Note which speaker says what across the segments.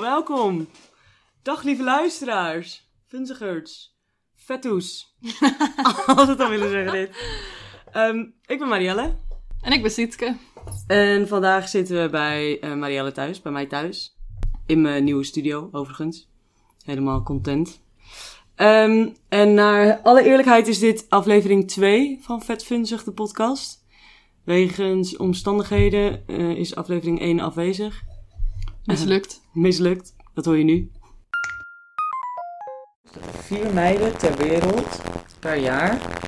Speaker 1: welkom. Dag lieve luisteraars. Vunzigerts. Vettoes. Altijd al willen zeggen dit. Ehm, ik ben Marielle.
Speaker 2: En ik ben Sietke.
Speaker 1: En vandaag zitten we bij eh, Marielle thuis, bij mij thuis. In mijn nieuwe studio, overigens. Helemaal content. Ehm, en naar alle eerlijkheid is dit aflevering 2 van Vet Funzig, de podcast. Wegens omstandigheden eh, is aflevering 1 afwezig.
Speaker 2: Mislukt.
Speaker 1: Mislukt, dat hoor je nu. Vier meiden ter wereld per jaar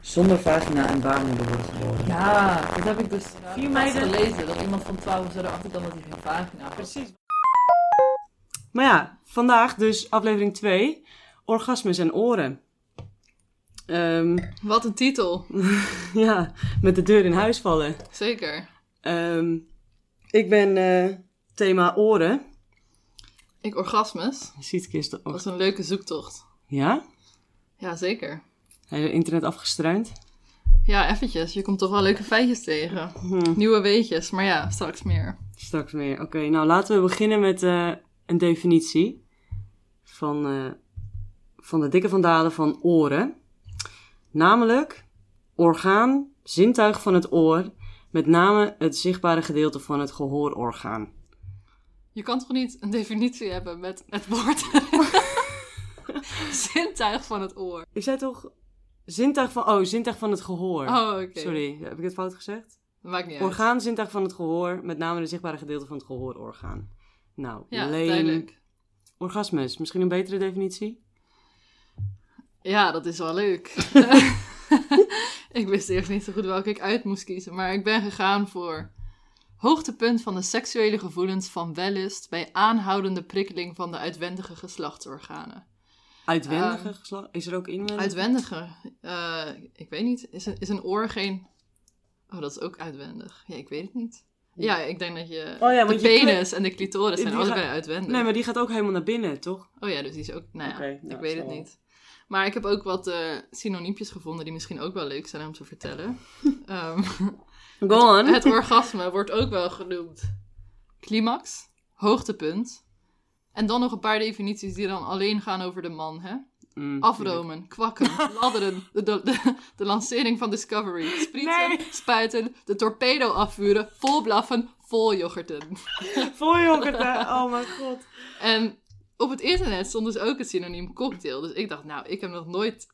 Speaker 1: zonder vagina en baarmoeder worden geboren.
Speaker 2: Ja, dat heb ik dus
Speaker 1: Vier
Speaker 2: Vier
Speaker 1: meiden.
Speaker 2: gelezen. Dat iemand van 12 zou erachter kwam dat hij geen pagina had.
Speaker 1: Precies. Maar ja, vandaag dus aflevering 2. Orgasmes en oren. Ehm,
Speaker 2: Wat een titel.
Speaker 1: ja, met de deur in huis vallen.
Speaker 2: Zeker.
Speaker 1: Ehm, ik ben eh, thema oren.
Speaker 2: Ik orgasmes.
Speaker 1: Sietke is de
Speaker 2: Dat
Speaker 1: or-
Speaker 2: is een leuke zoektocht.
Speaker 1: Ja?
Speaker 2: Ja, zeker.
Speaker 1: Hij internet afgestruind.
Speaker 2: Ja, eventjes. Je komt toch wel leuke feitjes tegen.
Speaker 1: Hm,
Speaker 2: Nieuwe weetjes. Maar ja, straks meer.
Speaker 1: straks meer. Oké, nou laten we beginnen met eh, een definitie van, eh, van de dikke vandalen van oren. Namelijk orgaan, zintuig van het oor, met name het zichtbare gedeelte van het gehoororgaan.
Speaker 2: Je kan toch niet een definitie hebben met het woord... Zintuig van het oor.
Speaker 1: Ik zei toch zintuig van, oh, zintuig van het gehoor.
Speaker 2: Oh, oké.
Speaker 1: Sorry, heb ik het fout gezegd?
Speaker 2: Maakt niet uit.
Speaker 1: Orgaan, zintuig van het gehoor, met name de zichtbare gedeelte van het gehoororgaan. Nou,
Speaker 2: Ja,
Speaker 1: lame.
Speaker 2: duidelijk.
Speaker 1: Orgasmes, misschien een betere definitie?
Speaker 2: Ja, dat is wel leuk. ik wist eerst niet zo goed welke ik uit moest kiezen, maar ik ben gegaan voor hoogtepunt van de seksuele gevoelens van wellust bij aanhoudende prikkeling van de uitwendige geslachtsorganen.
Speaker 1: Uitwendige
Speaker 2: Ehm,
Speaker 1: geslacht? Is er ook inwendige?
Speaker 2: Uitwendige, eh, ik weet niet, is een, is een oor geen... Oh, dat is ook uitwendig. Ja, ik weet het niet. Ja, ik denk dat je...
Speaker 1: Oh ja,
Speaker 2: de
Speaker 1: want je kle-
Speaker 2: penis en de clitoris
Speaker 1: Die
Speaker 2: zijn
Speaker 1: ga-
Speaker 2: allebei uitwendig.
Speaker 1: Nee, maar die gaat ook helemaal naar binnen, toch?
Speaker 2: Oh ja, dus die is ook. Nou ja,
Speaker 1: Oké, nou,
Speaker 2: ik
Speaker 1: dat
Speaker 2: weet
Speaker 1: zal
Speaker 2: het
Speaker 1: wel.
Speaker 2: niet. Maar ik heb ook wat eh, synoniempjes gevonden die misschien ook wel leuk zijn om te vertellen. Ehm,
Speaker 1: Go on.
Speaker 2: het orgasme wordt ook wel genoemd. Climax, hoogtepunt. En dan nog een paar definities die dan alleen gaan over de man. Hè?
Speaker 1: Mm,
Speaker 2: Afromen, kwakken, ladderen, de, de, de, de lancering van Discovery, sprieten,
Speaker 1: Nee.
Speaker 2: spuiten, de torpedo afvuren, vol blaffen, vol yoghurten.
Speaker 1: tuurlijk. Voor yoghurt, hè? Oh mijn god.
Speaker 2: En op het internet stond dus ook het synoniem cocktail. Dus ik dacht, nou, ik heb nog nooit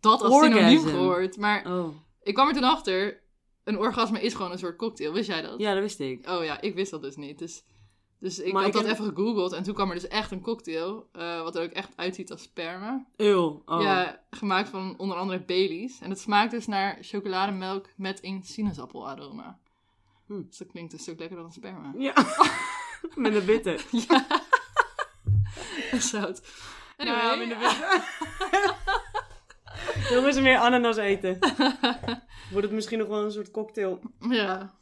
Speaker 2: dat als synoniem
Speaker 1: Orgasm.
Speaker 2: gehoord. Maar
Speaker 1: Oh.
Speaker 2: ik kwam er toen achter, een orgasme is gewoon een soort cocktail. Wist jij dat?
Speaker 1: Ja, dat wist ik.
Speaker 2: Oh ja, ik wist dat dus niet. Dus, dus ik
Speaker 1: Maar
Speaker 2: had
Speaker 1: ik
Speaker 2: dat
Speaker 1: heb-
Speaker 2: even gegoogeld en toen kwam er dus echt een cocktail. eh, wat er ook echt uitziet als sperma.
Speaker 1: Eeuw. Oh.
Speaker 2: Ja, gemaakt van onder andere Baileys. En het smaakt dus naar chocolademelk met een sinaasappel-aroma.
Speaker 1: Hm.
Speaker 2: Dus dat klinkt een stuk lekkerder dan sperma.
Speaker 1: Ja. Met een bitter.
Speaker 2: Zout. Nou, Anyway,
Speaker 1: Ja, met een bitter. Jongens, meer ananas eten. Wordt het misschien nog wel een soort cocktail.
Speaker 2: ja.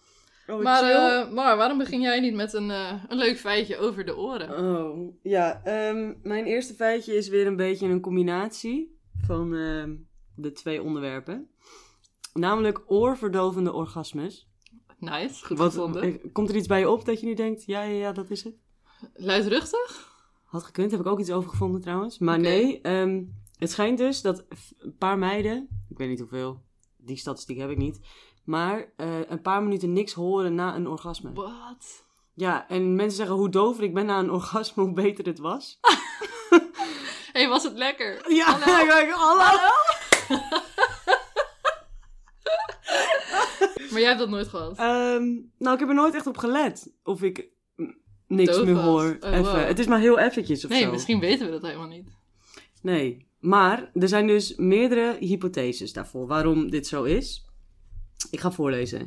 Speaker 1: Oh, wat
Speaker 2: Maar,
Speaker 1: chill.
Speaker 2: eh, Mar, waarom begin jij niet met een, eh, een leuk feitje over de oren?
Speaker 1: Oh, ja. ehm, mijn eerste feitje is weer een beetje een combinatie van ehm, de twee onderwerpen. Namelijk oorverdovende orgasmes.
Speaker 2: Nice, goed
Speaker 1: Wat-
Speaker 2: gevonden.
Speaker 1: eh, komt er iets bij je op dat je nu denkt, ja, ja, ja, dat is het?
Speaker 2: Luidruchtig?
Speaker 1: Had gekund, heb ik ook iets over gevonden trouwens. Maar
Speaker 2: Oké.
Speaker 1: nee, ehm, het schijnt dus dat f- een paar meiden, ik weet niet hoeveel, die statistiek heb ik niet, maar eh, een paar minuten niks horen na een orgasme.
Speaker 2: Wat?
Speaker 1: Ja, en mensen zeggen hoe dover ik ben na een orgasme, hoe beter het was.
Speaker 2: Hé, hey, was het lekker?
Speaker 1: Ja, ik denk, hallo.
Speaker 2: Maar jij hebt dat nooit gehad.
Speaker 1: Ehm, nou, ik heb er nooit echt op gelet of ik mm, niks
Speaker 2: Doof
Speaker 1: meer
Speaker 2: was.
Speaker 1: hoor.
Speaker 2: Oh,
Speaker 1: Even.
Speaker 2: wow.
Speaker 1: Het is maar heel eventjes of
Speaker 2: nee,
Speaker 1: zo.
Speaker 2: misschien weten we dat helemaal niet.
Speaker 1: Nee, maar er zijn dus meerdere hypotheses daarvoor waarom dit zo is. Ik ga voorlezen.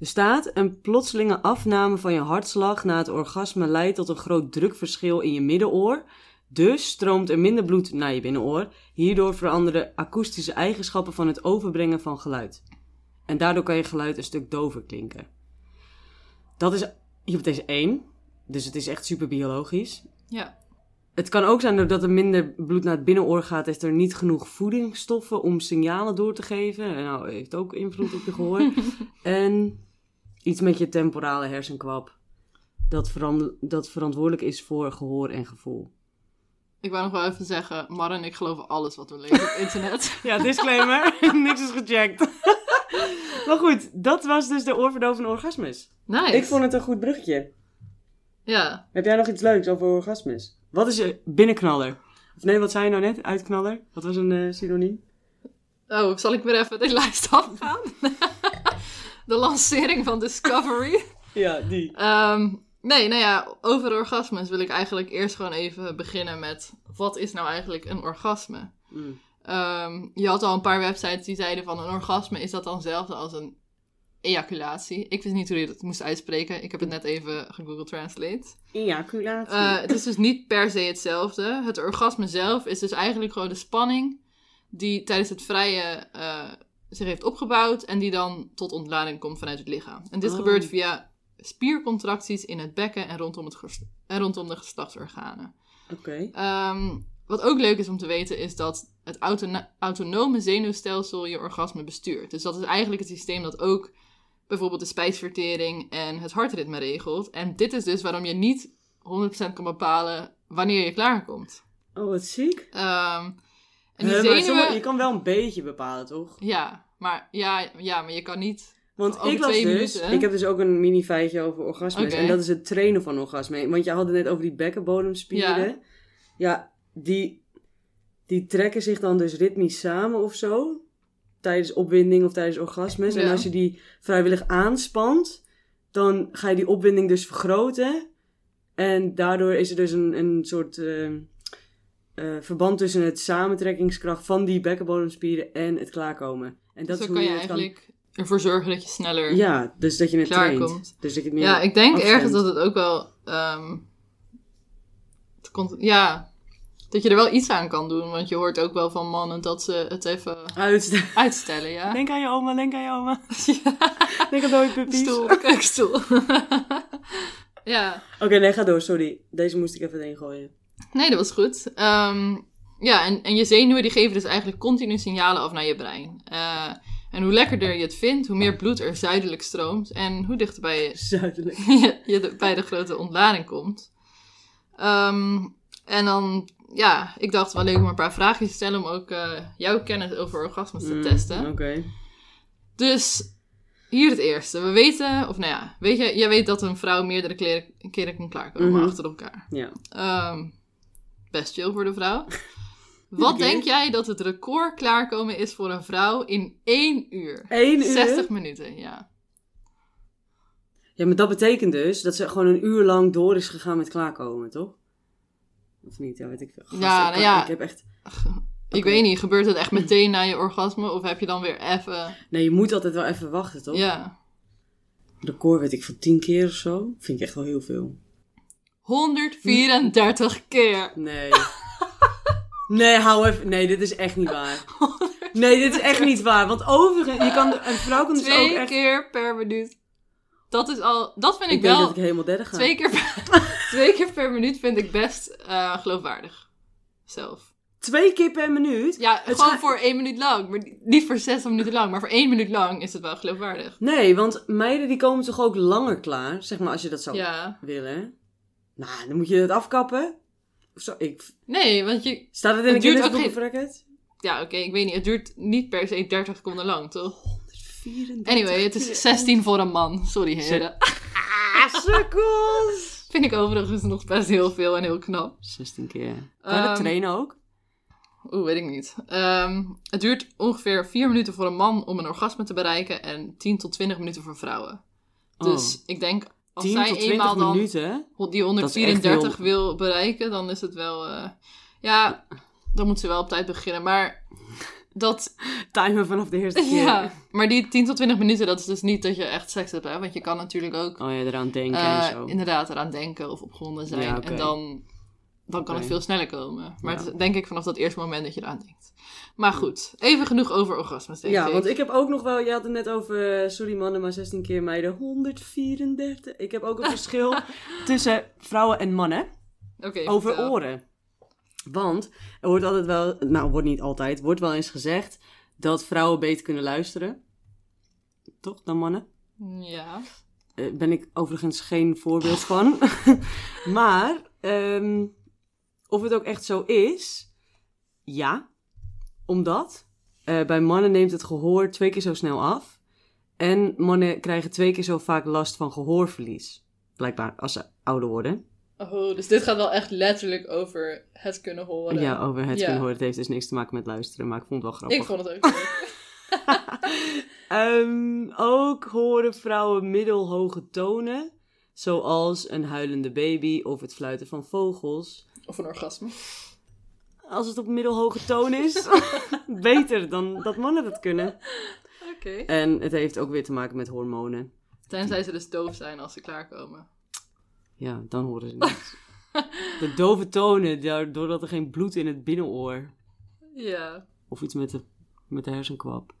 Speaker 1: Er staat: een plotselinge afname van je hartslag na het orgasme leidt tot een groot drukverschil in je middenoor. Dus stroomt er minder bloed naar je binnenoor. Hierdoor veranderen akoestische eigenschappen van het overbrengen van geluid. En daardoor kan je geluid een stuk dover klinken. Dat is hypothese 1. Dus het is echt super biologisch.
Speaker 2: Ja.
Speaker 1: Het kan ook zijn doordat er minder bloed naar het binnenoor gaat, is er niet genoeg voedingsstoffen om signalen door te geven. En nou, heeft ook invloed op je gehoor. en iets met je temporale hersenkwap. dat, veran- dat verantwoordelijk is voor gehoor en gevoel.
Speaker 2: Ik wou nog wel even zeggen, Mar en ik geloven alles wat we lezen op internet.
Speaker 1: Ja, disclaimer. Niks is gecheckt. maar goed, dat was dus de oorverdovende orgasmes.
Speaker 2: Nice.
Speaker 1: Ik vond het een goed bruggetje.
Speaker 2: Ja.
Speaker 1: Heb jij nog iets leuks over orgasmes? Wat is je binnenknaller? Of nee, wat zei je nou net? Uitknaller? Wat was een eh, synoniem?
Speaker 2: Oh, zal ik weer even de lijst afgaan? de lancering van Discovery.
Speaker 1: Ja, die.
Speaker 2: Ehm, nee, nou ja, over orgasmes wil ik eigenlijk eerst gewoon even beginnen met... Wat is nou eigenlijk een orgasme?
Speaker 1: Mm.
Speaker 2: Ehm, je had al een paar websites die zeiden van een orgasme is dat dan hetzelfde als een ejaculatie. Ik wist niet hoe je dat moest uitspreken. Ik heb het net even gegoogeld translate.
Speaker 1: Ejaculatie.
Speaker 2: Eh, het is dus niet per se hetzelfde. Het orgasme zelf is dus eigenlijk gewoon de spanning die tijdens het vrije eh, zich heeft opgebouwd en die dan tot ontlading komt vanuit het lichaam. En dit
Speaker 1: Oh.
Speaker 2: gebeurt via spiercontracties in het bekken en rondom, het ges- en rondom de geslachtsorganen.
Speaker 1: Oké.
Speaker 2: Ehm, wat ook leuk is om te weten is dat het autono- autonome zenuwstelsel je orgasme bestuurt. Dus dat is eigenlijk het systeem dat ook bijvoorbeeld de spijsvertering en het hartritme regelt. En dit is dus waarom je niet 100% kan bepalen wanneer je klaarkomt.
Speaker 1: Oh, wat ziek.
Speaker 2: Ehm en die
Speaker 1: Eh, maar
Speaker 2: zenuwen...
Speaker 1: sommige- je kan wel een beetje bepalen, toch?
Speaker 2: Ja, maar, ja, ja, maar je kan niet...
Speaker 1: Want
Speaker 2: Over
Speaker 1: ik las
Speaker 2: twee
Speaker 1: dus,
Speaker 2: minuten.
Speaker 1: ik heb dus ook een mini feitje over orgasmes.
Speaker 2: Oké.
Speaker 1: En dat is het trainen van orgasme. Want je had het net over die bekkenbodemspieren.
Speaker 2: Ja.
Speaker 1: Ja, die, die trekken zich dan dus ritmisch samen of zo. Tijdens opwinding of tijdens orgasmes. En
Speaker 2: Ja.
Speaker 1: als je die vrijwillig aanspant, dan ga je die opwinding dus vergroten. En daardoor is er dus een, een soort eh, eh, verband tussen het samentrekkingskracht van die bekkenbodemspieren en het klaarkomen. En dat
Speaker 2: zo
Speaker 1: is
Speaker 2: kan
Speaker 1: hoe
Speaker 2: je
Speaker 1: het kan
Speaker 2: eigenlijk ervoor zorgen dat je sneller...
Speaker 1: ja, dus dat je het
Speaker 2: Klaar
Speaker 1: traint.
Speaker 2: komt.
Speaker 1: Dus dat je het meer
Speaker 2: Ja, ik denk
Speaker 1: afstemt.
Speaker 2: ergens dat het ook wel. ehm, het kon- ja, dat je er wel iets aan kan doen. Want je hoort ook wel van mannen dat ze het even
Speaker 1: Uit.
Speaker 2: uitstellen, ja.
Speaker 1: Denk aan je oma, denk aan je oma.
Speaker 2: ja
Speaker 1: Denk aan dode
Speaker 2: de
Speaker 1: puppies.
Speaker 2: stoel, de keukenstoel. ja,
Speaker 1: Oké, nee, ga door, sorry. Deze moest ik even erin gooien.
Speaker 2: nee, dat was goed. Ehm, ja, en, en je zenuwen die geven dus eigenlijk continu signalen af naar je brein. Eh, en hoe lekkerder je het vindt, hoe meer bloed er zuidelijk stroomt. En hoe dichter bij je
Speaker 1: Zuidelijk.
Speaker 2: je, je de- bij de grote ontlading komt. Ehm, en dan, ja, ik dacht wel leuk om een paar vraagjes te stellen om ook eh, jouw kennis over orgasmes te
Speaker 1: Mm,
Speaker 2: testen.
Speaker 1: Oké.
Speaker 2: Dus hier het eerste. We weten, of nou ja, weet je, jij weet dat een vrouw meerdere kleren, keren kan klaarkomen
Speaker 1: Mhm.
Speaker 2: achter elkaar.
Speaker 1: Ja.
Speaker 2: Ehm, best chill voor de vrouw. Wat
Speaker 1: Oké.
Speaker 2: denk jij dat het record klaarkomen is voor een vrouw in één uur?
Speaker 1: Eén uur.
Speaker 2: 60 minuten, ja.
Speaker 1: Ja, maar dat betekent dus dat ze gewoon een uur lang door is gegaan met klaarkomen, toch? Of niet? Ja, weet ik veel. Gast,
Speaker 2: Ja,
Speaker 1: ik,
Speaker 2: nou
Speaker 1: kan-
Speaker 2: ja.
Speaker 1: Ik heb echt...
Speaker 2: Ik
Speaker 1: Oké.
Speaker 2: weet niet, gebeurt het echt meteen na je orgasme of heb je dan weer even...
Speaker 1: Nee, je moet altijd wel even wachten, toch?
Speaker 2: Ja.
Speaker 1: Record weet ik van tien keer of zo. Vind ik echt wel heel veel.
Speaker 2: 134 keer.
Speaker 1: Nee. Nee, hou even. Nee, dit is echt niet waar. Nee, dit is echt niet waar. Want overigens, je kan, een vrouw kan dus ook
Speaker 2: Twee
Speaker 1: echt...
Speaker 2: keer per minuut. Dat is al. Dat vind ik,
Speaker 1: ik denk
Speaker 2: wel.
Speaker 1: dat ik helemaal derde ga.
Speaker 2: twee, keer per, twee keer per minuut vind ik best eh, geloofwaardig. Zelf.
Speaker 1: Twee keer per minuut?
Speaker 2: Ja, gewoon
Speaker 1: scha-
Speaker 2: voor één minuut lang. Maar niet voor 60 minuten lang. Maar voor één minuut lang is het wel geloofwaardig.
Speaker 1: Nee, want meiden die komen toch ook langer klaar? Zeg maar als je dat zou
Speaker 2: Ja.
Speaker 1: willen. Nou, dan moet je het afkappen. Of zo. Ik...
Speaker 2: Nee, want je.
Speaker 1: Staat het in
Speaker 2: Het
Speaker 1: de
Speaker 2: duurt
Speaker 1: Guinness
Speaker 2: ook
Speaker 1: Book of Records?
Speaker 2: Ja, oké, ik weet niet. Het duurt niet per se 30 seconden lang, toch?
Speaker 1: 134
Speaker 2: Anyway, het
Speaker 1: keer.
Speaker 2: is 16 voor een man. Sorry, heren.
Speaker 1: Ah, sukkels!
Speaker 2: Vind ik overigens nog best heel veel en heel knap.
Speaker 1: 16 keer.
Speaker 2: Kan je dat Ehm,
Speaker 1: trainen ook?
Speaker 2: Oeh, weet ik niet. Ehm, het duurt ongeveer 4 minuten voor een man om een orgasme te bereiken en 10 tot 20 minuten voor vrouwen. Dus ik denk, als
Speaker 1: 10
Speaker 2: zij
Speaker 1: Oh. tot 20
Speaker 2: eenmaal dan
Speaker 1: minuten.
Speaker 2: die
Speaker 1: is echt
Speaker 2: 134 wil bereiken, dan is het wel... eh, ja, dan moet ze wel op tijd beginnen. Maar dat...
Speaker 1: Timer vanaf de eerste keer.
Speaker 2: Ja, maar die 10 tot 20 minuten, dat is dus niet dat je echt seks hebt, hè? Want je kan natuurlijk ook
Speaker 1: Oh ja, eraan denken
Speaker 2: eh,
Speaker 1: en zo.
Speaker 2: inderdaad eraan denken of opgewonden zijn.
Speaker 1: Ja, oké.
Speaker 2: En dan, dan kan het
Speaker 1: Oké.
Speaker 2: veel sneller komen. Maar
Speaker 1: Ja.
Speaker 2: het is denk ik vanaf dat eerste moment dat je eraan denkt. Maar goed, even genoeg over orgasmes denk
Speaker 1: Ja,
Speaker 2: ik.
Speaker 1: want ik heb ook nog wel, je had het net over, eh, sorry mannen, maar 16 keer meiden, 134. Ik heb ook een verschil tussen vrouwen en mannen
Speaker 2: Oké,
Speaker 1: over
Speaker 2: vertel.
Speaker 1: oren. Want er wordt altijd wel, nou wordt niet altijd, wordt wel eens gezegd dat vrouwen beter kunnen luisteren. Toch dan mannen?
Speaker 2: Ja.
Speaker 1: eh, ben ik overigens geen voorbeeld van. maar ehm, of het ook echt zo is, ja. Omdat eh, bij mannen neemt het gehoor twee keer zo snel af. En mannen krijgen twee keer zo vaak last van gehoorverlies. Blijkbaar als ze ouder worden.
Speaker 2: Oh, dus dit gaat wel echt letterlijk over het kunnen horen.
Speaker 1: Ja, oh. over het
Speaker 2: Ja.
Speaker 1: kunnen horen. Het heeft dus niks te maken met luisteren, maar ik vond het wel grappig.
Speaker 2: ik vond het ook leuk.
Speaker 1: Ehm, ook horen vrouwen middelhoge tonen, zoals een huilende baby of het fluiten van vogels.
Speaker 2: Of een orgasme.
Speaker 1: Als het op middelhoge toon is, beter dan dat mannen dat kunnen.
Speaker 2: Oké.
Speaker 1: En het heeft ook weer te maken met hormonen.
Speaker 2: Tenzij ze dus doof zijn als ze klaarkomen.
Speaker 1: Ja, dan horen ze niks. De dove tonen, daar- doordat er geen bloed in het binnenoor.
Speaker 2: Ja.
Speaker 1: Of iets met de, met de hersenkwap.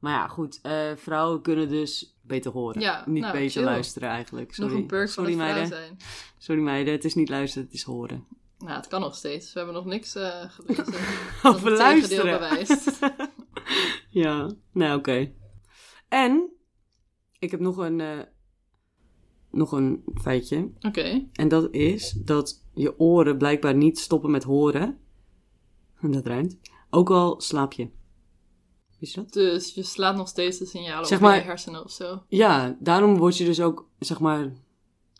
Speaker 1: Maar ja, goed. eh, vrouwen kunnen dus beter horen.
Speaker 2: Ja,
Speaker 1: Niet
Speaker 2: nou,
Speaker 1: beter
Speaker 2: chill.
Speaker 1: luisteren eigenlijk. Sorry.
Speaker 2: Nog een perk van
Speaker 1: Sorry,
Speaker 2: het vrouw
Speaker 1: meiden.
Speaker 2: zijn.
Speaker 1: Sorry meiden, het is niet luisteren, het is horen.
Speaker 2: Nou, het kan nog steeds. We hebben nog niks eh gelezen. dat het
Speaker 1: Over
Speaker 2: tegendeel
Speaker 1: luisteren.
Speaker 2: bewijst.
Speaker 1: Ja, nou oké. En, ik heb nog een, eh, nog een feitje.
Speaker 2: Oké.
Speaker 1: En dat is dat je oren blijkbaar niet stoppen met horen. Dat ruimt. Ook al slaap je. Wist je dat?
Speaker 2: Dus je slaat nog steeds de signalen
Speaker 1: Zeg
Speaker 2: over
Speaker 1: maar-
Speaker 2: je hersenen of zo.
Speaker 1: Ja, daarom word je dus ook, zeg maar,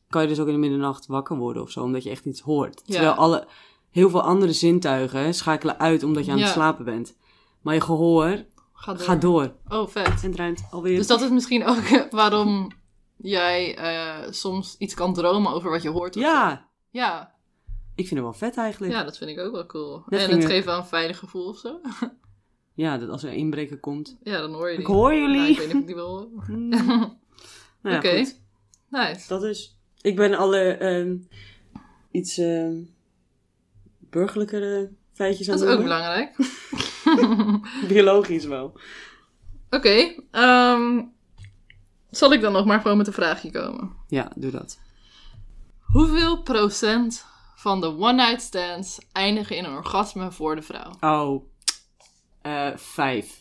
Speaker 1: kan je dus ook in de middernacht wakker worden of zo, omdat je echt iets hoort.
Speaker 2: Ja.
Speaker 1: Terwijl alle, heel veel andere zintuigen schakelen uit omdat je aan het
Speaker 2: Ja.
Speaker 1: slapen bent. Maar je gehoor
Speaker 2: Ga door.
Speaker 1: gaat door.
Speaker 2: Oh, vet.
Speaker 1: En het ruimt alweer.
Speaker 2: Dus dat is misschien ook waarom jij eh, soms iets kan dromen over wat je hoort. of zo.
Speaker 1: Ja,
Speaker 2: ja.
Speaker 1: ik vind hem wel vet eigenlijk. Ja,
Speaker 2: Ja, dat vind ik ook wel cool.
Speaker 1: Net
Speaker 2: en
Speaker 1: ging
Speaker 2: het
Speaker 1: het.
Speaker 2: geeft wel een veilig gevoel of zo.
Speaker 1: dat als er een inbreker komt.
Speaker 2: Ja, dan hoor je die.
Speaker 1: Ik hoor
Speaker 2: Nou,
Speaker 1: jullie.
Speaker 2: ik weet niet of ik die wil horen.
Speaker 1: Mm. nou ja,
Speaker 2: Oké.
Speaker 1: goed.
Speaker 2: Nice.
Speaker 1: Dat is. Ik ben alle ehm, iets ehm, burgerlijkere feitjes aan
Speaker 2: Dat
Speaker 1: het
Speaker 2: is ook
Speaker 1: doen.
Speaker 2: belangrijk.
Speaker 1: Biologisch wel.
Speaker 2: Oké. ehm, zal ik dan nog maar gewoon met een vraagje komen?
Speaker 1: Ja, doe dat.
Speaker 2: Hoeveel procent van de one-night stands eindigen in een orgasme voor de vrouw?
Speaker 1: Oh, eh, vijf.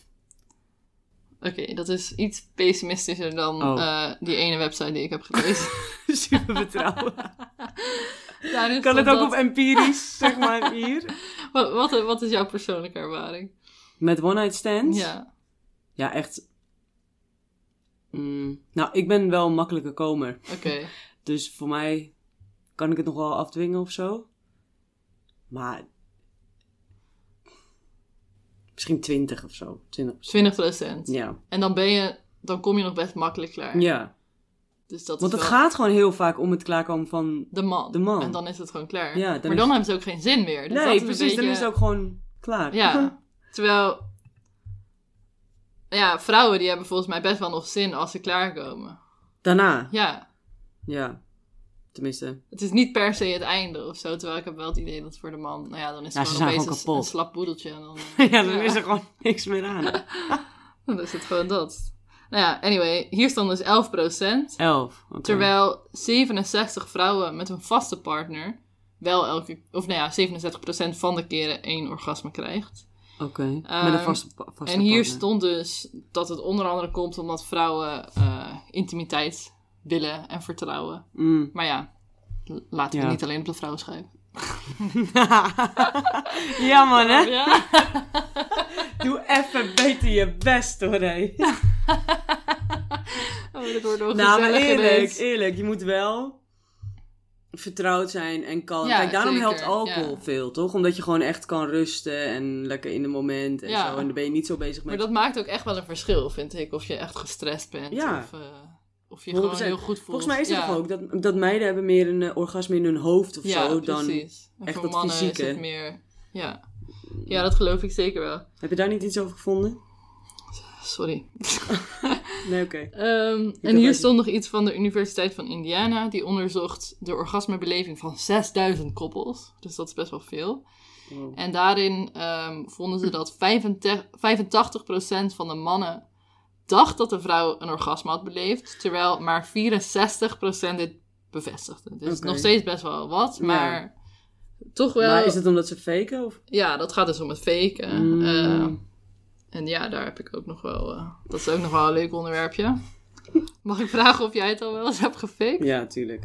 Speaker 2: Oké, dat is iets pessimistischer dan
Speaker 1: Oh.
Speaker 2: eh, die ene website die ik heb gelezen.
Speaker 1: Super betrouwen.
Speaker 2: Daarin
Speaker 1: kan
Speaker 2: stond
Speaker 1: het ook
Speaker 2: dat-
Speaker 1: op empirisch, zeg maar, hier?
Speaker 2: Wat, wat, wat is jouw persoonlijke ervaring?
Speaker 1: Met one-night stands?
Speaker 2: Ja.
Speaker 1: Ja, echt. Mm, nou, ik ben wel een makkelijke komer.
Speaker 2: Oké.
Speaker 1: Dus voor mij kan ik het nog wel afdwingen of zo. Maar misschien 20 of zo. 20
Speaker 2: 20 procent.
Speaker 1: Ja.
Speaker 2: En dan ben je, dan kom je nog best makkelijk klaar.
Speaker 1: ja.
Speaker 2: Dus dat
Speaker 1: Want
Speaker 2: is
Speaker 1: het
Speaker 2: wel
Speaker 1: gaat gewoon heel vaak om het klaarkomen van.
Speaker 2: de man.
Speaker 1: de man.
Speaker 2: En dan is het gewoon klaar.
Speaker 1: Ja, dan
Speaker 2: maar dan hebben ze ook geen zin meer. Dus dat
Speaker 1: Nee,
Speaker 2: is een
Speaker 1: precies. Dan
Speaker 2: beetje-
Speaker 1: is het ook gewoon klaar.
Speaker 2: Ja, terwijl... Ja, vrouwen die hebben volgens mij best wel nog zin als ze klaarkomen.
Speaker 1: Daarna.
Speaker 2: Ja,
Speaker 1: Ja. Tenminste.
Speaker 2: het is niet per se het einde of zo. Terwijl ik heb wel het idee dat voor de man... Nou ja, dan is
Speaker 1: Ja,
Speaker 2: het
Speaker 1: ze
Speaker 2: gewoon
Speaker 1: zijn gewoon
Speaker 2: opeens een-
Speaker 1: kapot.
Speaker 2: een slap boedeltje. En dan, eh,
Speaker 1: ja, dan is er gewoon niks meer aan.
Speaker 2: dan is het gewoon dat. Nou ja, anyway, hier stond dus 11
Speaker 1: Elf. oké.
Speaker 2: Terwijl 67 vrouwen met een vaste partner wel elke, of nou ja, 67% van de keren één orgasme krijgt.
Speaker 1: Oké. Met een
Speaker 2: Ehm,
Speaker 1: vaste, pa- vaste
Speaker 2: en hier
Speaker 1: partner.
Speaker 2: stond dus dat het onder andere komt omdat vrouwen eh, intimiteit willen en vertrouwen.
Speaker 1: Mm.
Speaker 2: Maar ja, l- laten we
Speaker 1: Ja.
Speaker 2: niet alleen op de vrouwen schuiven.
Speaker 1: ja, man, hè?
Speaker 2: Oh Ja.
Speaker 1: Doe even beter je best, hoor, hé.
Speaker 2: Oh, dat wordt nog
Speaker 1: Nou, maar
Speaker 2: gezelliger
Speaker 1: eerlijk,
Speaker 2: dit.
Speaker 1: eerlijk, je moet wel vertrouwd zijn en kalm.
Speaker 2: Ja,
Speaker 1: Kijk, daarom
Speaker 2: zeker,
Speaker 1: helpt alcohol
Speaker 2: ja.
Speaker 1: veel, toch? Omdat je gewoon echt kan rusten en lekker in de moment en
Speaker 2: Ja.
Speaker 1: zo. En dan ben je niet zo bezig
Speaker 2: Maar
Speaker 1: met...
Speaker 2: dat maakt ook echt wel een verschil, vind ik. Of je echt gestrest bent.
Speaker 1: Ja.
Speaker 2: Of, eh, of je gewoon
Speaker 1: 100%.
Speaker 2: heel goed voelt.
Speaker 1: Volgens mij is het
Speaker 2: Ja.
Speaker 1: toch ook dat, dat meiden hebben meer een eh, orgasme in hun hoofd of zo dan...
Speaker 2: precies. En
Speaker 1: echt
Speaker 2: voor
Speaker 1: dat
Speaker 2: mannen
Speaker 1: fysieke.
Speaker 2: is het meer... Ja. ja, dat geloof ik zeker wel.
Speaker 1: Heb je daar niet iets over gevonden?
Speaker 2: Sorry.
Speaker 1: Nee, oké.
Speaker 2: Ehm,
Speaker 1: heb
Speaker 2: en hier
Speaker 1: ook-
Speaker 2: stond nog iets van de Universiteit van Indiana. Die onderzocht de orgasmebeleving van 6000 koppels. Dus dat is best wel veel.
Speaker 1: Wow.
Speaker 2: En daarin ehm, vonden ze dat 85 85% van de mannen dacht dat de vrouw een orgasme had beleefd. Terwijl maar 64% dit bevestigde. Dus
Speaker 1: Oké.
Speaker 2: nog steeds best wel wat.
Speaker 1: Ja.
Speaker 2: Maar toch wel...
Speaker 1: Maar is het omdat ze faken? Of?
Speaker 2: Ja, dat gaat dus om het faken. Ehm,
Speaker 1: Mm.
Speaker 2: Eh, en ja, daar heb ik ook nog wel. eh, dat is ook nog wel een leuk onderwerpje. Mag ik vragen of jij het al wel eens hebt gefaked?
Speaker 1: Ja, tuurlijk.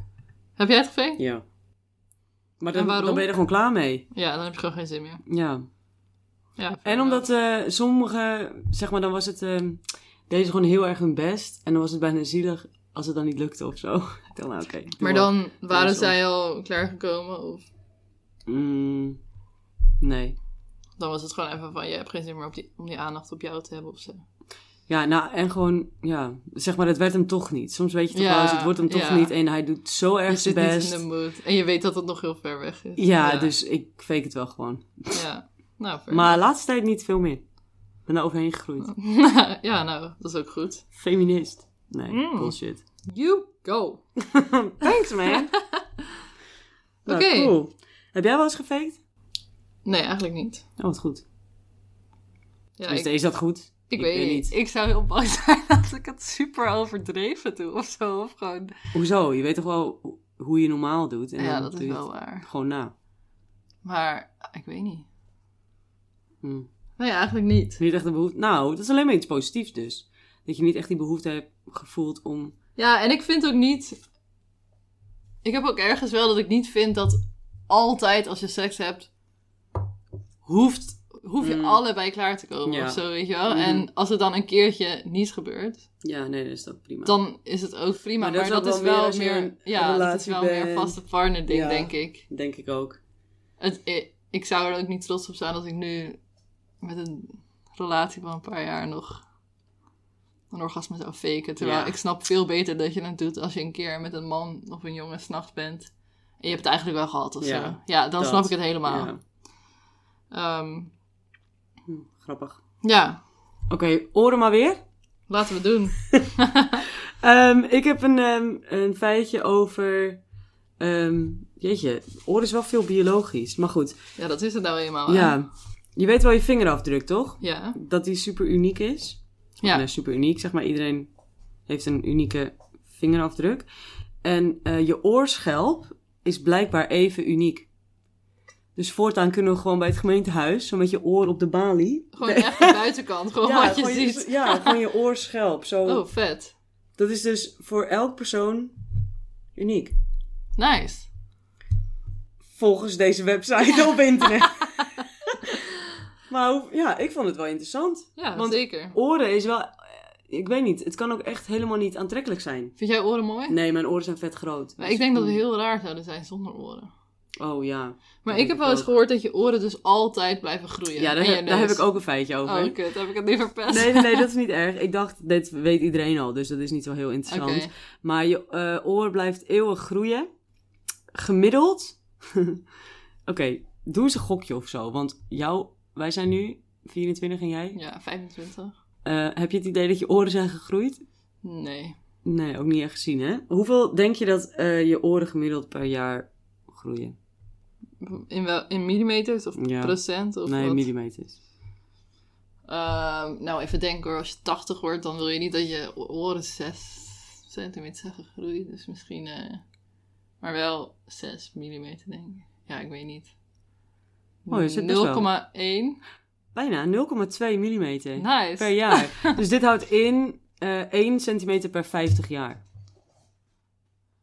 Speaker 2: Heb jij het gefaked?
Speaker 1: Ja. Maar
Speaker 2: En
Speaker 1: dan,
Speaker 2: waarom?
Speaker 1: dan ben je er gewoon klaar mee.
Speaker 2: Ja, dan heb je gewoon geen zin meer.
Speaker 1: Ja.
Speaker 2: Ja,
Speaker 1: En omdat eh sommige, zeg maar, dan was het, eh, deden ze gewoon heel erg hun best. En dan was het bijna zielig als het dan niet lukte of zo. Ik dacht, nou, oké. doe
Speaker 2: Maar dan
Speaker 1: Doe
Speaker 2: waren
Speaker 1: eens
Speaker 2: zij al klaargekomen of
Speaker 1: Mm, nee.
Speaker 2: dan was het gewoon even van, je hebt geen zin meer op die, om die aandacht op jou te hebben of zo.
Speaker 1: Ja, nou, en gewoon, ja, zeg maar, het werd hem toch niet. Soms weet je toch
Speaker 2: Ja,
Speaker 1: wel eens, het wordt hem toch
Speaker 2: ja.
Speaker 1: niet. En hij doet zo
Speaker 2: Je
Speaker 1: erg
Speaker 2: zit
Speaker 1: zijn
Speaker 2: niet
Speaker 1: best.
Speaker 2: in de mood. En je weet dat het nog heel ver weg is.
Speaker 1: ja, dus ik fake het wel gewoon.
Speaker 2: Ja, Oh. nou, fair.
Speaker 1: Maar de laatste tijd niet veel meer. Ik ben daar overheen gegroeid.
Speaker 2: ja, nou, dat is ook goed.
Speaker 1: Feminist. Nee,
Speaker 2: Mm.
Speaker 1: bullshit.
Speaker 2: You go.
Speaker 1: Thanks, man. Nou,
Speaker 2: Oké.
Speaker 1: cool. Heb jij wel eens gefaked?
Speaker 2: Nee, eigenlijk niet.
Speaker 1: Oh, wat goed.
Speaker 2: Ja,
Speaker 1: dus
Speaker 2: ik,
Speaker 1: is dat goed?
Speaker 2: ik weet, niet. Ik zou heel bang zijn dat ik het super overdreven doe of zo. Of gewoon...
Speaker 1: Hoezo? Je weet toch wel ho- hoe je normaal doet? En
Speaker 2: ja,
Speaker 1: dan
Speaker 2: dat
Speaker 1: doe
Speaker 2: is
Speaker 1: je
Speaker 2: wel
Speaker 1: het
Speaker 2: waar.
Speaker 1: Gewoon na.
Speaker 2: Maar ik weet niet.
Speaker 1: Hm.
Speaker 2: Nee, eigenlijk niet.
Speaker 1: Niet echt de behoefte. Nou, dat is alleen maar iets positiefs dus. Dat je niet echt die behoefte hebt gevoeld om.
Speaker 2: Ja, en ik vind ook niet. Ik heb ook ergens wel dat ik niet vind dat altijd als je seks hebt, hoeft, hoef je
Speaker 1: Mm.
Speaker 2: allebei klaar te komen
Speaker 1: Ja.
Speaker 2: of zo, weet je wel.
Speaker 1: Mhm.
Speaker 2: En als het dan een keertje niet gebeurt,
Speaker 1: Ja, nee, dat is toch prima.
Speaker 2: dan is het ook prima.
Speaker 1: Maar
Speaker 2: Maar
Speaker 1: dat
Speaker 2: dat is
Speaker 1: is wel
Speaker 2: wel
Speaker 1: meer als je
Speaker 2: meer,
Speaker 1: een
Speaker 2: ja, dat is
Speaker 1: relatie
Speaker 2: wel meer
Speaker 1: bent.
Speaker 2: vaste partner ding,
Speaker 1: Ja.
Speaker 2: denk ik.
Speaker 1: Denk ik ook.
Speaker 2: Het, ik. Ik zou er ook niet trots op zijn als ik nu met een relatie van een paar jaar nog een orgasme zou faken. Terwijl
Speaker 1: Ja.
Speaker 2: ik snap veel beter dat je het doet als je een keer met een man of een jongen s'nachts bent. En je hebt het eigenlijk wel gehad of
Speaker 1: Ja,
Speaker 2: zo. Ja, dan
Speaker 1: dat.
Speaker 2: snap ik het helemaal.
Speaker 1: Ja.
Speaker 2: Ja,
Speaker 1: Hm, grappig.
Speaker 2: ja
Speaker 1: Oké, oren maar weer.
Speaker 2: laten we het doen.
Speaker 1: Ehm, ik heb een, ehm, een feitje over. ehm, jeetje, oor is wel veel biologisch. Maar goed,
Speaker 2: Ja, dat is het nou eenmaal. hè?
Speaker 1: ja. Je weet wel je vingerafdruk, toch?
Speaker 2: Ja.
Speaker 1: Dat die super uniek is.
Speaker 2: Ja.
Speaker 1: Nou, super uniek, zeg maar. Iedereen heeft een unieke vingerafdruk. En eh, je oorschelp is blijkbaar even uniek. Dus voortaan kunnen we gewoon bij het gemeentehuis, zo met je oor op de balie.
Speaker 2: Gewoon echt de buitenkant. Gewoon Oh, wat je
Speaker 1: gewoon
Speaker 2: ziet.
Speaker 1: ja, gewoon je oorschelp. Zo.
Speaker 2: Oh, vet.
Speaker 1: Dat is dus voor elk persoon uniek.
Speaker 2: Nice.
Speaker 1: volgens deze website op internet. maar hoe- ja, ik vond het wel interessant.
Speaker 2: Ja,
Speaker 1: Want-
Speaker 2: zeker.
Speaker 1: Oren is wel, eh, ik weet niet, het kan ook echt helemaal niet aantrekkelijk zijn.
Speaker 2: Vind jij oren mooi?
Speaker 1: Nee, mijn oren zijn vet groot.
Speaker 2: Maar ik denk dat we heel raar zouden zijn zonder oren.
Speaker 1: Oh ja.
Speaker 2: Maar
Speaker 1: Dat
Speaker 2: ik heb
Speaker 1: denk
Speaker 2: wel
Speaker 1: ik
Speaker 2: eens
Speaker 1: ook.
Speaker 2: gehoord dat je oren dus altijd blijven groeien.
Speaker 1: Ja, daar,
Speaker 2: En je
Speaker 1: heb- daar heb
Speaker 2: neus.
Speaker 1: ik ook een feitje over.
Speaker 2: Oh, kut. Heb ik het niet verpest?
Speaker 1: Nee, nee, nee, dat is niet erg. Ik dacht, dit weet iedereen al, dus dat is niet zo heel
Speaker 2: Oké.
Speaker 1: interessant. Maar je eh, oor blijft eeuwig groeien. Gemiddeld. Oké, doe eens een gokje of zo. Want jou, wij zijn nu 24 en jij?
Speaker 2: Ja, 25?
Speaker 1: Eh, heb je het idee dat je oren zijn gegroeid?
Speaker 2: Nee.
Speaker 1: Nee, ook niet echt gezien, hè? Hoeveel denk je dat eh, je oren gemiddeld per jaar groeien?
Speaker 2: In, wel, in millimeters of
Speaker 1: Ja.
Speaker 2: procent? Of
Speaker 1: nee,
Speaker 2: wat?
Speaker 1: millimeters.
Speaker 2: Ehm, nou, even denken hoor. Als je 80 wordt, dan wil je niet dat je o- oren 6 centimeter zijn gegroeid. Dus misschien... eh, maar wel 6 millimeter, denk ik. Ja, ik weet niet.
Speaker 1: Oh, je zit best wel.
Speaker 2: 0,1.
Speaker 1: Bijna 0,2 millimeter
Speaker 2: Nice.
Speaker 1: per jaar. dus dit houdt in eh 1 centimeter per 50 jaar.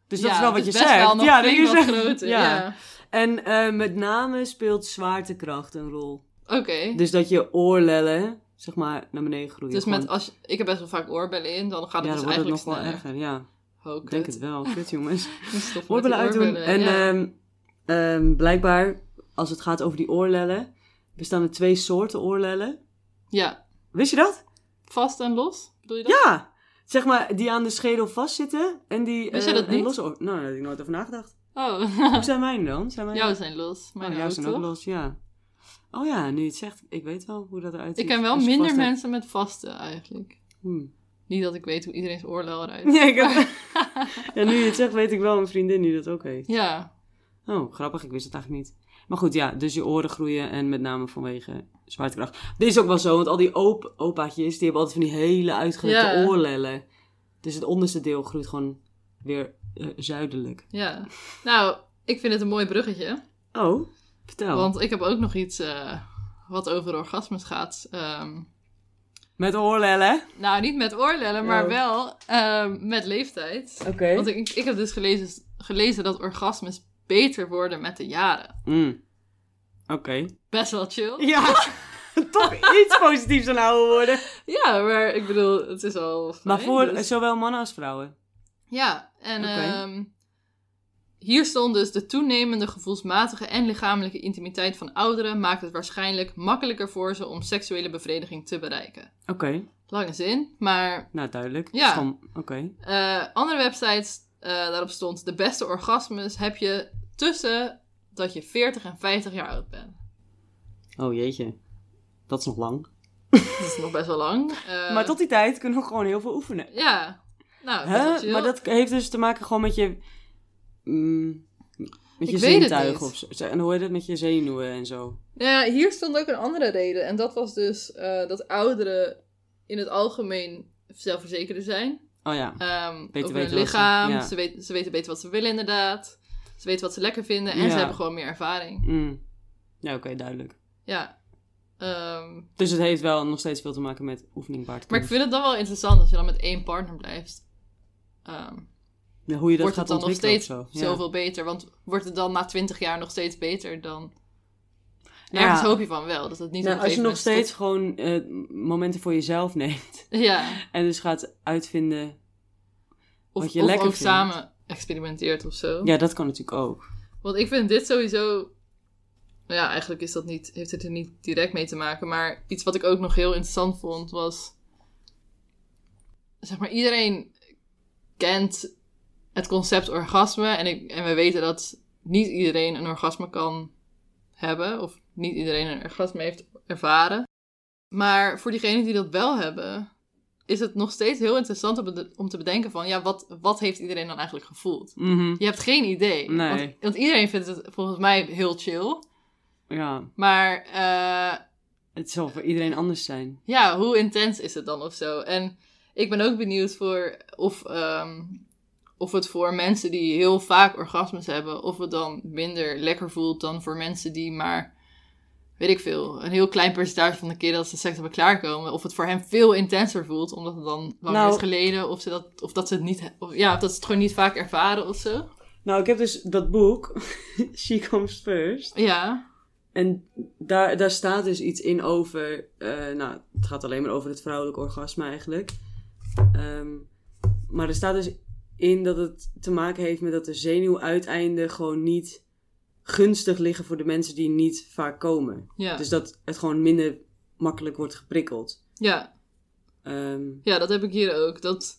Speaker 1: Dus dat
Speaker 2: Ja,
Speaker 1: is wel
Speaker 2: het
Speaker 1: wat je
Speaker 2: best
Speaker 1: zegt.
Speaker 2: Wel nog
Speaker 1: ja,
Speaker 2: flink
Speaker 1: dat je
Speaker 2: wat
Speaker 1: zegt-
Speaker 2: groter,
Speaker 1: ja.
Speaker 2: ja.
Speaker 1: En eh, met name speelt zwaartekracht een rol.
Speaker 2: Oké.
Speaker 1: Dus dat je oorlellen, zeg maar, naar beneden groeien.
Speaker 2: Dus
Speaker 1: Gewoon-
Speaker 2: met als je- ik heb best wel vaak oorbellen in, dan gaat
Speaker 1: ja,
Speaker 2: het
Speaker 1: dan wordt
Speaker 2: dus
Speaker 1: het
Speaker 2: eigenlijk
Speaker 1: nog wel
Speaker 2: sneller.
Speaker 1: erger. Ja,
Speaker 2: Oh,
Speaker 1: ik
Speaker 2: kut.
Speaker 1: denk het wel. Kut, jongens.
Speaker 2: Ik moet stoppen met die
Speaker 1: oorbellen uitdoen.
Speaker 2: oorbellen,
Speaker 1: En
Speaker 2: ja.
Speaker 1: ehm, ehm, blijkbaar, als het gaat over die oorlellen, bestaan er twee soorten oorlellen.
Speaker 2: ja,
Speaker 1: Wist je dat?
Speaker 2: vast en los, bedoel je dat?
Speaker 1: Ja! Zeg maar, die aan de schedel vastzitten en die...
Speaker 2: Wist jij
Speaker 1: eh,
Speaker 2: dat
Speaker 1: en
Speaker 2: niet?
Speaker 1: Los oor... Nou, daar heb ik nooit over nagedacht. Hoe
Speaker 2: Oh,
Speaker 1: zijn mijn dan? Zijn mijn
Speaker 2: jouw zijn los, mijn
Speaker 1: oh, jouw
Speaker 2: ook,
Speaker 1: zijn
Speaker 2: toch?
Speaker 1: ook los, ja. Oh ja, nu je het zegt, ik weet wel hoe dat eruit ziet.
Speaker 2: Ik ken wel
Speaker 1: Als je
Speaker 2: minder
Speaker 1: vast hebt.
Speaker 2: mensen met vaste eigenlijk.
Speaker 1: Hmm.
Speaker 2: Niet dat ik weet hoe iedereen's oorlel eruit
Speaker 1: Ja, ik heb- ja, nu je het zegt, weet ik wel een vriendin die dat ook heeft.
Speaker 2: Ja,
Speaker 1: Oh, grappig, ik wist het eigenlijk niet. Maar goed, ja, dus je oren groeien en met name vanwege zwaartekracht. Dit is ook wel zo, want al die op opaatjes, die hebben altijd van die hele uitgelekte
Speaker 2: Ja.
Speaker 1: oorlellen. Dus het onderste deel groeit gewoon weer eh, zuidelijk.
Speaker 2: ja. Nou, ik vind het een mooi bruggetje.
Speaker 1: Oh, vertel.
Speaker 2: Want ik heb ook nog iets eh, wat over orgasmes gaat. Ehm,
Speaker 1: Met oorlellen.
Speaker 2: Nou, niet met oorlellen, maar
Speaker 1: Oh.
Speaker 2: wel ehm, met leeftijd.
Speaker 1: Oké.
Speaker 2: Want ik, ik heb dus gelezen, gelezen dat orgasmes beter worden met de jaren.
Speaker 1: Mm. Oké.
Speaker 2: Best wel chill.
Speaker 1: Ja, toch iets positiefs aan oude worden.
Speaker 2: Ja, maar ik bedoel, het is al.
Speaker 1: Maar
Speaker 2: fijn,
Speaker 1: voor
Speaker 2: dus-
Speaker 1: zowel mannen als vrouwen.
Speaker 2: Ja, en
Speaker 1: Oké.
Speaker 2: ehm, hier stond dus de toenemende gevoelsmatige en lichamelijke intimiteit van ouderen maakt het waarschijnlijk makkelijker voor ze om seksuele bevrediging te bereiken.
Speaker 1: Oké,
Speaker 2: Lange zin, maar
Speaker 1: nou duidelijk.
Speaker 2: Ja.
Speaker 1: Van- Oké.
Speaker 2: eh, andere websites eh, daarop stond de beste orgasmes heb je tussen dat je 40 en 50 jaar oud bent.
Speaker 1: Oh jeetje, dat is nog lang.
Speaker 2: Dat is nog best wel lang. eh,
Speaker 1: maar tot die tijd kunnen we gewoon heel veel oefenen.
Speaker 2: Ja. Nou, best wel
Speaker 1: Hè?
Speaker 2: chill.
Speaker 1: Maar dat heeft dus te maken gewoon met je... mm, met je
Speaker 2: Ik weet het
Speaker 1: zintuigen
Speaker 2: niet.
Speaker 1: of zo. En hoe heet het? Met je zenuwen en zo.
Speaker 2: Nou ja, hier stond ook een andere reden. En dat was dus eh, dat ouderen in het algemeen zelfverzekerder zijn.
Speaker 1: Oh ja. Beter
Speaker 2: Ehm over hun
Speaker 1: weten wat ze-
Speaker 2: lichaam. Ze,
Speaker 1: ja.
Speaker 2: weten, ze weten beter wat ze willen, inderdaad. Ze weten wat ze lekker vinden. En
Speaker 1: Ja.
Speaker 2: ze hebben gewoon meer ervaring.
Speaker 1: Mm. Ja, oké, duidelijk.
Speaker 2: Ja. Ehm,
Speaker 1: Dus het heeft wel nog steeds veel te maken met oefening baard.
Speaker 2: maar ik vind het dan wel interessant als je dan met één partner blijft. Ehm,
Speaker 1: Ja, hoe je dat
Speaker 2: wordt
Speaker 1: gaat
Speaker 2: het dan nog
Speaker 1: ontwikkelen
Speaker 2: steeds
Speaker 1: of zo. Ja.
Speaker 2: zoveel beter? Want wordt het dan na twintig jaar nog steeds beter dan...
Speaker 1: Nou ja.
Speaker 2: Ergens hoop je van wel, dat het niet...
Speaker 1: Nou,
Speaker 2: op een
Speaker 1: als je
Speaker 2: gegeven
Speaker 1: nog steeds
Speaker 2: moment
Speaker 1: gewoon eh, momenten voor jezelf neemt.
Speaker 2: stopt. Ja,
Speaker 1: En dus gaat uitvinden.
Speaker 2: of,
Speaker 1: Wat je
Speaker 2: of
Speaker 1: lekker
Speaker 2: ook
Speaker 1: vindt.
Speaker 2: samen experimenteert of zo.
Speaker 1: Ja, dat kan natuurlijk ook.
Speaker 2: Want ik vind dit sowieso. Nou ja, eigenlijk is dat niet, heeft het er niet direct mee te maken. Maar iets wat ik ook nog heel interessant vond was. Zeg maar, iedereen kent het concept orgasme. En, ik, en we weten dat niet iedereen een orgasme kan hebben. Of niet iedereen een orgasme heeft ervaren. Maar voor diegenen die dat wel hebben, is het nog steeds heel interessant om, bede- om te bedenken van... Ja, wat, wat heeft iedereen dan eigenlijk gevoeld?
Speaker 1: Mhm,
Speaker 2: Je hebt geen idee.
Speaker 1: Nee.
Speaker 2: Want, want iedereen vindt het volgens mij heel chill.
Speaker 1: Ja,
Speaker 2: Maar eh,
Speaker 1: het zal voor iedereen anders zijn.
Speaker 2: ja, hoe intens is het dan of zo? En ik ben ook benieuwd voor of, ehm, of het voor mensen die heel vaak orgasmes hebben, of het dan minder lekker voelt dan voor mensen die maar, weet ik veel, een heel klein percentage van de keer dat ze seks hebben klaarkomen. Of het voor hen veel intenser voelt, omdat het dan lang
Speaker 1: Nou.
Speaker 2: is geleden, of, ze dat, of dat ze het niet, he- of, ja, of dat ze het gewoon niet vaak ervaren of zo.
Speaker 1: Nou, ik heb dus dat boek, She Comes First.
Speaker 2: Ja,
Speaker 1: En daar, daar staat dus iets in over. eh, nou, het gaat alleen maar over het vrouwelijk orgasme eigenlijk. Ehm, maar er staat dus in dat het te maken heeft met dat de zenuwuiteinden gewoon niet gunstig liggen voor de mensen die niet vaak komen.
Speaker 2: ja,
Speaker 1: Dus dat het gewoon minder makkelijk wordt geprikkeld.
Speaker 2: ja.
Speaker 1: Ehm,
Speaker 2: Ja, dat heb ik hier ook. Dat,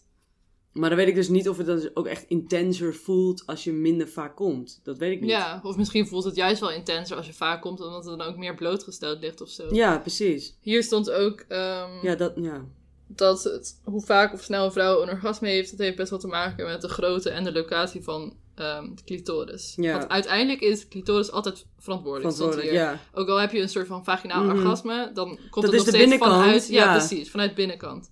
Speaker 1: maar dan weet ik dus niet of het dan ook echt intenser voelt als je minder vaak komt. Dat weet ik niet.
Speaker 2: ja, of misschien voelt het juist wel intenser als je vaak komt, omdat het dan ook meer blootgesteld ligt of zo.
Speaker 1: Ja, precies.
Speaker 2: Hier stond ook ehm,
Speaker 1: Ja, dat, ja.
Speaker 2: dat het, hoe vaak of snel een vrouw een orgasme heeft, dat heeft best wel te maken met de grootte en de locatie van ehm, de clitoris.
Speaker 1: Ja.
Speaker 2: Want uiteindelijk is de clitoris altijd verantwoordelijk. stond
Speaker 1: Verantwoordelijk,
Speaker 2: hier.
Speaker 1: ja.
Speaker 2: Ook al heb je een soort van vaginaal
Speaker 1: Mhm.
Speaker 2: orgasme, dan komt
Speaker 1: Dat
Speaker 2: het
Speaker 1: is
Speaker 2: nog
Speaker 1: de
Speaker 2: steeds
Speaker 1: binnenkant,
Speaker 2: vanuit... Ja,
Speaker 1: ja.
Speaker 2: precies, vanuit binnenkant.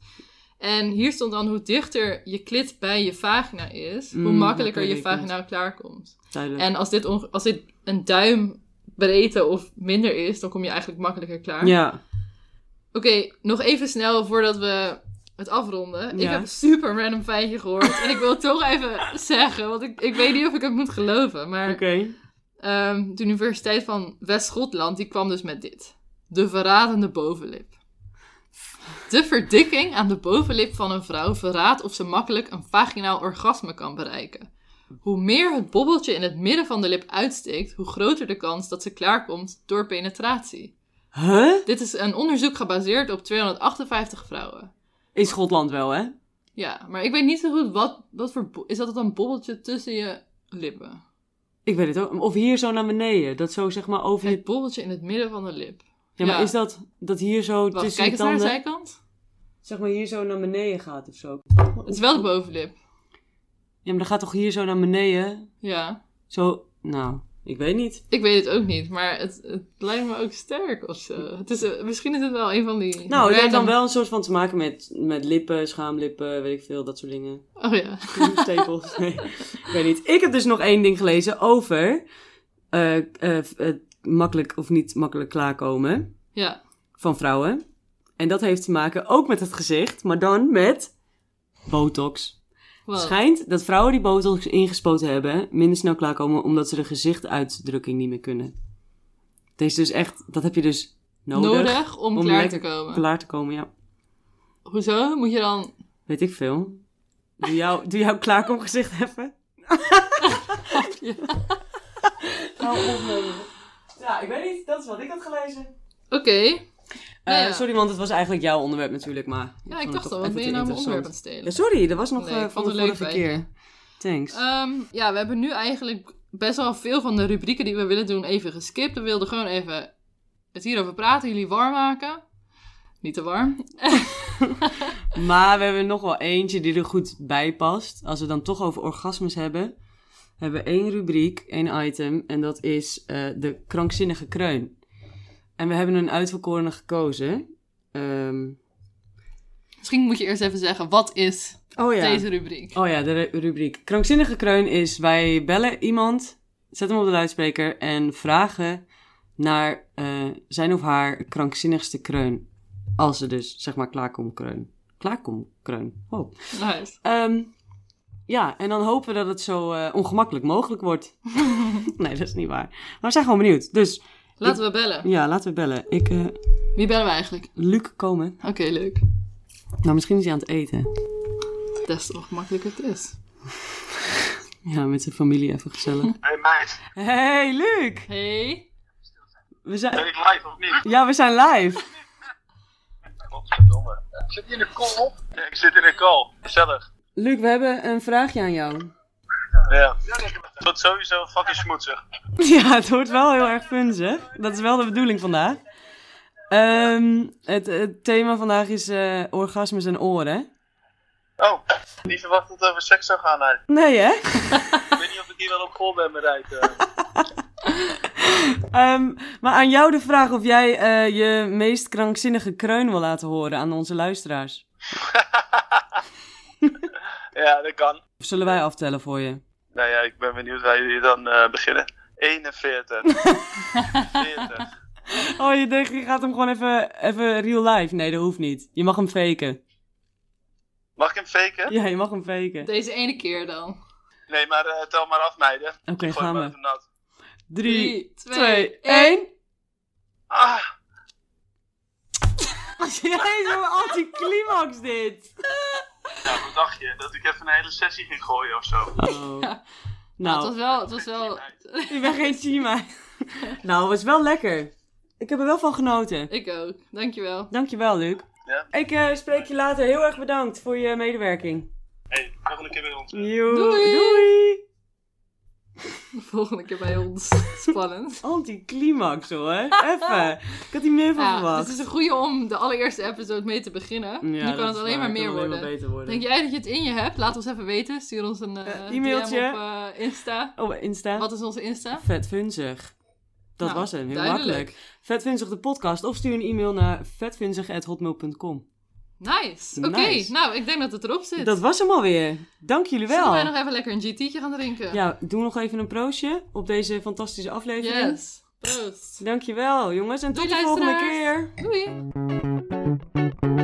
Speaker 2: En hier stond dan hoe dichter je klit bij je vagina is, hoe
Speaker 1: Mm,
Speaker 2: makkelijker
Speaker 1: oké,
Speaker 2: je
Speaker 1: ik weet.
Speaker 2: vaginaal klaarkomt.
Speaker 1: Duidelijk.
Speaker 2: En als dit, onge- als dit een duim breedte of minder is, dan kom je eigenlijk makkelijker klaar.
Speaker 1: Ja.
Speaker 2: Oké, nog even snel voordat we het afronden. Ik
Speaker 1: Ja.
Speaker 2: heb een super random feitje gehoord. en ik wil het toch even zeggen, want ik, ik weet niet of ik het moet geloven. Maar
Speaker 1: Oké.
Speaker 2: ehm, de Universiteit van West-Schotland die kwam dus met dit. De verradende bovenlip. De verdikking aan de bovenlip van een vrouw verraadt of ze makkelijk een vaginaal orgasme kan bereiken. Hoe meer het bobbeltje in het midden van de lip uitsteekt, hoe groter de kans dat ze klaarkomt door penetratie.
Speaker 1: Huh?
Speaker 2: Dit is een onderzoek gebaseerd op 258 vrouwen.
Speaker 1: In Schotland wel, hè?
Speaker 2: Ja, maar ik weet niet zo goed wat, wat voor. bo- Is dat dan een bobbeltje tussen je lippen?
Speaker 1: Ik weet het ook. Of hier zo naar beneden. Dat zo zeg maar over je...
Speaker 2: Het bobbeltje in het midden van de lip.
Speaker 1: Ja, maar
Speaker 2: ja.
Speaker 1: is dat dat hier zo
Speaker 2: Wacht,
Speaker 1: tussen
Speaker 2: kijk
Speaker 1: je
Speaker 2: eens naar
Speaker 1: tanden...
Speaker 2: de zijkant.
Speaker 1: Zeg maar hier zo naar beneden gaat of zo.
Speaker 2: Het is wel de bovenlip.
Speaker 1: Ja, maar dan gaat toch hier zo naar beneden?
Speaker 2: Ja.
Speaker 1: Zo... Nou, ik weet niet.
Speaker 2: Ik weet het ook niet, maar het, het lijkt me ook sterk of zo. Het is, eh, misschien is het wel een van die.
Speaker 1: Nou, het heeft dan
Speaker 2: random-
Speaker 1: wel een soort van te maken met, met lippen, schaamlippen, weet ik veel, dat soort dingen.
Speaker 2: Oh ja.
Speaker 1: Stekels. Nee, ik weet niet. Ik heb dus nog één ding gelezen over eh, eh, eh, makkelijk of niet makkelijk klaarkomen
Speaker 2: Ja.
Speaker 1: van vrouwen. En dat heeft te maken ook met het gezicht, maar dan met botox.
Speaker 2: Wow.
Speaker 1: Schijnt dat vrouwen die botox ingespoten hebben minder snel klaarkomen omdat ze de gezichtsuitdrukking niet meer kunnen. Het is dus echt, dat heb je dus nodig,
Speaker 2: nodig, om,
Speaker 1: om
Speaker 2: klaar te
Speaker 1: lekker
Speaker 2: komen.
Speaker 1: klaar te komen, ja.
Speaker 2: Hoezo? Moet je dan...
Speaker 1: Weet ik veel. Doe, jou, doe jouw klaarkomgezicht even.
Speaker 2: Ja.
Speaker 1: Ja, ik weet niet, dat is wat ik had gelezen. Eh,
Speaker 2: Oké. Nou ja.
Speaker 1: Sorry, want het was eigenlijk jouw onderwerp natuurlijk, maar... vond
Speaker 2: Ja, ik
Speaker 1: het
Speaker 2: dacht
Speaker 1: toch
Speaker 2: al, wat
Speaker 1: even
Speaker 2: ben je
Speaker 1: te
Speaker 2: nou
Speaker 1: interessant.
Speaker 2: mijn onderwerp aan het stelen?
Speaker 1: Ja, sorry, dat was nog
Speaker 2: Nee,
Speaker 1: eh,
Speaker 2: ik
Speaker 1: van
Speaker 2: vond
Speaker 1: de
Speaker 2: het leuk
Speaker 1: vorige
Speaker 2: bij
Speaker 1: keer. Thanks.
Speaker 2: Ehm, ja, we hebben nu eigenlijk best wel veel van de rubrieken die we willen doen even geskipt. We wilden gewoon even het hierover praten, jullie warm maken. Niet te warm.
Speaker 1: Maar we hebben nog wel eentje die er goed bij past. Als we dan toch over orgasmes hebben, hebben we één rubriek, één item. En dat is eh, de krankzinnige kreun. En we hebben een uitverkorene gekozen. Ehm,
Speaker 2: Misschien moet je eerst even zeggen, wat is
Speaker 1: oh ja.
Speaker 2: deze rubriek?
Speaker 1: Oh ja, de ru- rubriek. Krankzinnige kreun is wij bellen iemand, zet hem op de luidspreker en vragen naar eh, zijn of haar krankzinnigste kreun. Als ze dus, zeg maar, klaarkomkreun. Klaarkomkreun. Oh.
Speaker 2: Nice.
Speaker 1: Ehm, ja, en dan hopen we dat het zo eh, ongemakkelijk mogelijk wordt. nee, dat is niet waar. Maar we zijn gewoon benieuwd. Dus
Speaker 2: Laten we bellen.
Speaker 1: ja, laten we bellen. Ik, eh
Speaker 2: Wie bellen we eigenlijk?
Speaker 1: Luc komen.
Speaker 2: Oké, leuk.
Speaker 1: Nou, misschien is hij aan het eten.
Speaker 2: Des te ongemakkelijker het is.
Speaker 1: Ja, met zijn familie even gezellig.
Speaker 3: Hey meid,
Speaker 1: hey, Luc!
Speaker 2: Hey.
Speaker 1: We zijn...
Speaker 3: ben ik live of niet?
Speaker 1: Ja, we zijn live.
Speaker 3: Godverdomme. Zit je in een call? Ja, ik zit in een call. Gezellig.
Speaker 1: Luc, we hebben een vraagje aan jou.
Speaker 3: Ja. Het wordt sowieso fucking smoetsig.
Speaker 1: Ja, het wordt wel heel erg fun, zeg. Dat is wel de bedoeling vandaag. Ehm, het, het thema vandaag is eh, orgasmes en oren.
Speaker 3: Oh, niet verwacht dat het over seks zou gaan, hij.
Speaker 1: Nee, hè?
Speaker 3: Ik weet niet of ik hier wel op vol ben bereikt. eh.
Speaker 1: Ehm, maar aan jou de vraag of jij eh, je meest krankzinnige kreun wil laten horen aan onze luisteraars.
Speaker 3: ja, dat kan.
Speaker 1: Of zullen wij aftellen voor je?
Speaker 3: Nou ja, ik ben benieuwd waar jullie dan eh, beginnen. 41. 40.
Speaker 1: Oh, je denkt, je gaat hem gewoon even, even real life. Nee, dat hoeft niet. Je mag hem faken.
Speaker 3: Mag ik hem faken?
Speaker 1: Ja, je mag hem faken.
Speaker 2: Deze ene keer dan.
Speaker 3: Nee, maar eh, tel maar af, meiden.
Speaker 1: Oké,
Speaker 3: Ik gooi
Speaker 1: gaan
Speaker 3: hem
Speaker 1: we.
Speaker 3: even nat.
Speaker 1: Drie,
Speaker 2: twee,
Speaker 1: twee,
Speaker 2: één. Oh.
Speaker 1: één.
Speaker 3: Ah,
Speaker 1: Jezus, wat een anticlimax dit.
Speaker 3: nou, wat dacht je? Dat ik even een hele sessie ging gooien of zo.
Speaker 1: Oh.
Speaker 2: Het was
Speaker 1: Nou,
Speaker 2: wel... Het was wel...
Speaker 1: je bent geen Chima. Nou, was wel lekker. Ik heb er wel van genoten.
Speaker 2: Ik ook. Dankjewel.
Speaker 1: Dankjewel, Luc.
Speaker 3: Ja.
Speaker 1: Ik eh, spreek je later. Heel erg bedankt voor je medewerking.
Speaker 3: hey, volgende keer weer ons. eh.
Speaker 1: Yo,
Speaker 2: Doei.
Speaker 1: doei.
Speaker 2: De volgende keer bij ons. Spannend.
Speaker 1: Anticlimax hoor. Even. Ik had hier meer van
Speaker 2: Ja, dus
Speaker 1: verwacht.
Speaker 2: het is een goede om de allereerste episode mee te beginnen. nu kan het alleen maar meer worden. Denk jij dat je het in je hebt? Laat ons even weten. Stuur ons een eh,
Speaker 1: Eh, e-mailtje.
Speaker 2: DM op eh, Insta.
Speaker 1: Oh, Insta.
Speaker 2: Wat is onze Insta?
Speaker 1: Vetfunzig. Dat
Speaker 2: Nou,
Speaker 1: was hem. Heel
Speaker 2: duidelijk.
Speaker 1: makkelijk. Vetfunzig de podcast. Of stuur een e-mail naar vetfunzig.hotmail.com.
Speaker 2: Nice. Oké,
Speaker 1: Nice.
Speaker 2: nou, ik denk dat het erop zit.
Speaker 1: Dat was hem alweer. Dank jullie
Speaker 2: Zullen
Speaker 1: wel.
Speaker 2: wij nog even lekker een GT'tje gaan drinken?
Speaker 1: Ja, doe nog even een proostje op deze fantastische aflevering.
Speaker 2: Yes. Proost.
Speaker 1: Dankjewel jongens en
Speaker 2: Doei,
Speaker 1: tot de volgende
Speaker 2: luisteraars.
Speaker 1: keer.
Speaker 2: Doei.